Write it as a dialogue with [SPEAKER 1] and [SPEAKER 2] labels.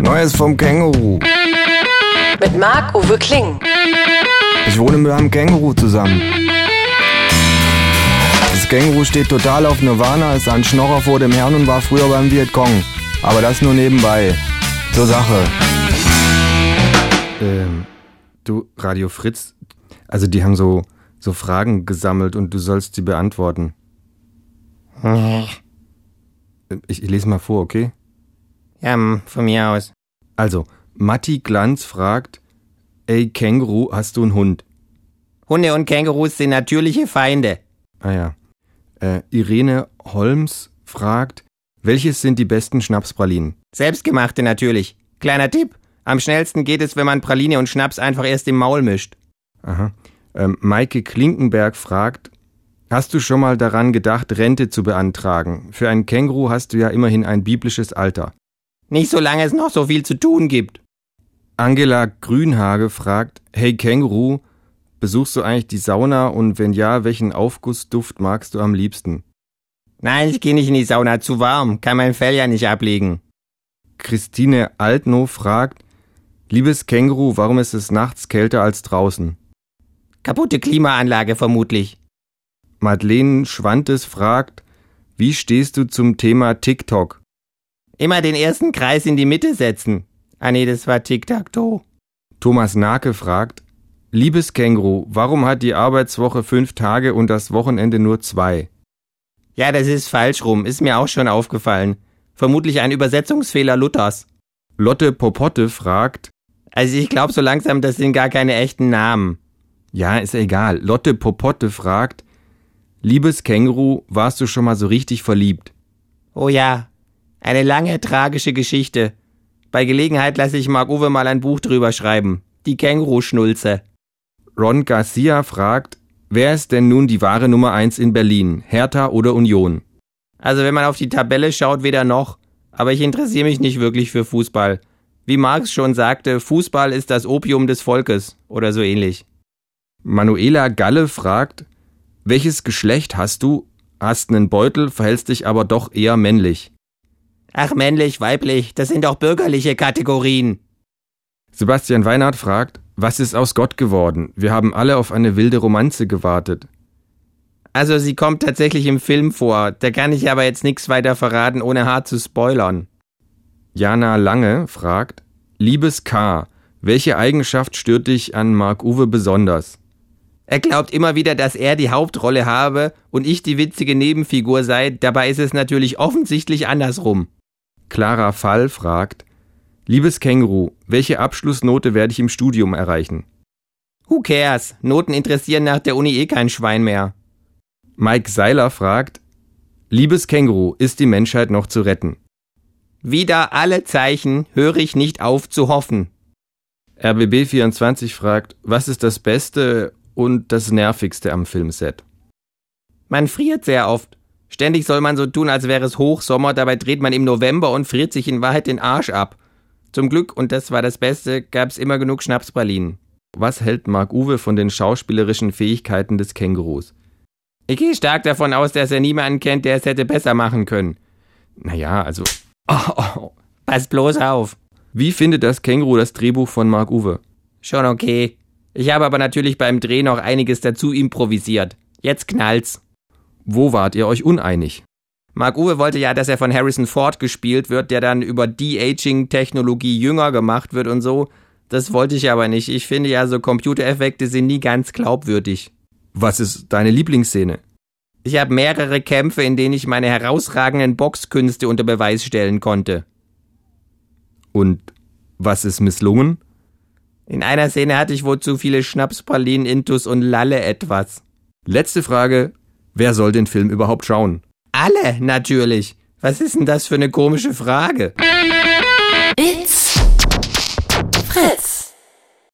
[SPEAKER 1] Neues vom Känguru.
[SPEAKER 2] Mit Marc-Uwe Kling.
[SPEAKER 1] Ich wohne mit einem Känguru zusammen. Das Känguru steht total auf Nirvana, ist ein Schnorrer vor dem Herrn und war früher beim Vietcong. Aber das nur nebenbei. Zur Sache.
[SPEAKER 3] Ähm, du, Radio Fritz, also die haben so, so Fragen gesammelt und du sollst sie beantworten.
[SPEAKER 1] Äh.
[SPEAKER 3] Ich, ich lese mal vor, okay?
[SPEAKER 4] Ja, von mir aus.
[SPEAKER 3] Also, Matti Glanz fragt, ey Känguru, hast du einen Hund?
[SPEAKER 4] Hunde und Kängurus sind natürliche Feinde.
[SPEAKER 3] Ah ja. Äh, Irene Holmes fragt, welches sind die besten Schnapspralinen?
[SPEAKER 4] Selbstgemachte natürlich. Kleiner Tipp. Am schnellsten geht es, wenn man Praline und Schnaps einfach erst im Maul mischt.
[SPEAKER 3] Aha. Ähm, Maike Klinkenberg fragt, hast du schon mal daran gedacht, Rente zu beantragen? Für einen Känguru hast du ja immerhin ein biblisches Alter.
[SPEAKER 4] Nicht solange es noch so viel zu tun gibt.
[SPEAKER 3] Angela Grünhage fragt, hey Känguru, besuchst du eigentlich die Sauna und wenn ja, welchen Aufgussduft magst du am liebsten?
[SPEAKER 4] Nein, ich gehe nicht in die Sauna, zu warm, kann mein Fell ja nicht ablegen.
[SPEAKER 3] Christine Altno fragt, liebes Känguru, warum ist es nachts kälter als draußen?
[SPEAKER 4] Kaputte Klimaanlage vermutlich.
[SPEAKER 3] Madeleine Schwantes fragt, wie stehst du zum Thema TikTok?
[SPEAKER 4] Immer den ersten Kreis in die Mitte setzen. Ah nee, das war Tic-Tac-Toe.
[SPEAKER 3] Thomas Nake fragt, liebes Känguru, warum hat die Arbeitswoche fünf Tage und das Wochenende nur zwei?
[SPEAKER 4] Ja, das ist falsch rum, ist mir auch schon aufgefallen. Vermutlich ein Übersetzungsfehler Luthers.
[SPEAKER 3] Lotte Popotte fragt,
[SPEAKER 4] also ich glaube so langsam, das sind gar keine echten Namen.
[SPEAKER 3] Ja, ist egal. Lotte Popotte fragt, liebes Känguru, warst du schon mal so richtig verliebt?
[SPEAKER 4] Oh ja, eine lange tragische Geschichte. Bei Gelegenheit lasse ich Mark Uwe mal ein Buch drüber schreiben. Die Känguru-Schnulze.
[SPEAKER 3] Ron Garcia fragt, wer ist denn nun die wahre Nummer 1 in Berlin, Hertha oder Union?
[SPEAKER 4] Also wenn man auf die Tabelle schaut, weder noch. Aber ich interessiere mich nicht wirklich für Fußball. Wie Marx schon sagte, Fußball ist das Opium des Volkes oder so ähnlich.
[SPEAKER 3] Manuela Galle fragt, welches Geschlecht hast du? Hast einen Beutel, verhältst dich aber doch eher männlich.
[SPEAKER 4] Ach, männlich, weiblich, das sind doch bürgerliche Kategorien.
[SPEAKER 3] Sebastian Weinhardt fragt, was ist aus Gott geworden? Wir haben alle auf eine wilde Romanze gewartet.
[SPEAKER 4] Also sie kommt tatsächlich im Film vor, da kann ich aber jetzt nichts weiter verraten, ohne hart zu spoilern.
[SPEAKER 3] Jana Lange fragt, liebes K., welche Eigenschaft stört dich an Marc-Uwe besonders?
[SPEAKER 4] Er glaubt immer wieder, dass er die Hauptrolle habe und ich die witzige Nebenfigur sei, dabei ist es natürlich offensichtlich andersrum.
[SPEAKER 3] Clara Fall fragt, Liebes Känguru, welche Abschlussnote werde ich im Studium erreichen?
[SPEAKER 4] Who cares? Noten interessieren nach der Uni eh kein Schwein mehr.
[SPEAKER 3] Mike Seiler fragt, Liebes Känguru, ist die Menschheit noch zu retten?
[SPEAKER 4] Wieder alle Zeichen, höre ich nicht auf zu hoffen.
[SPEAKER 3] RBB24 fragt, was ist das Beste und das Nervigste am Filmset?
[SPEAKER 4] Man friert sehr oft. Ständig soll man so tun, als wäre es Hochsommer, dabei dreht man im November und friert sich in Wahrheit den Arsch ab. Zum Glück, und das war das Beste, gab's immer genug Schnapspralinen.
[SPEAKER 3] Was hält Mark Uwe von den schauspielerischen Fähigkeiten des Kängurus?
[SPEAKER 4] Ich gehe stark davon aus, dass er niemanden kennt, der es hätte besser machen können.
[SPEAKER 3] Naja, also.
[SPEAKER 4] Oh, oh. Pass bloß auf.
[SPEAKER 3] Wie findet das Känguru das Drehbuch von Mark Uwe?
[SPEAKER 4] Schon okay. Ich habe aber natürlich beim Dreh noch einiges dazu improvisiert. Jetzt knallt's.
[SPEAKER 3] Wo wart ihr euch uneinig?
[SPEAKER 4] Mark Uwe wollte ja, dass er von Harrison Ford gespielt wird, der dann über De-Aging-Technologie jünger gemacht wird und so. Das wollte ich aber nicht. Ich finde ja, so Computereffekte sind nie ganz glaubwürdig.
[SPEAKER 3] Was ist deine Lieblingsszene?
[SPEAKER 4] Ich habe mehrere Kämpfe, in denen ich meine herausragenden Boxkünste unter Beweis stellen konnte.
[SPEAKER 3] Und was ist misslungen?
[SPEAKER 4] In einer Szene hatte ich wohl zu viele Schnapspralinen, Intus und Lalle etwas.
[SPEAKER 3] Letzte Frage. Wer soll den Film überhaupt schauen?
[SPEAKER 4] Alle, natürlich. Was ist denn das für eine komische Frage?
[SPEAKER 2] It's Fritz.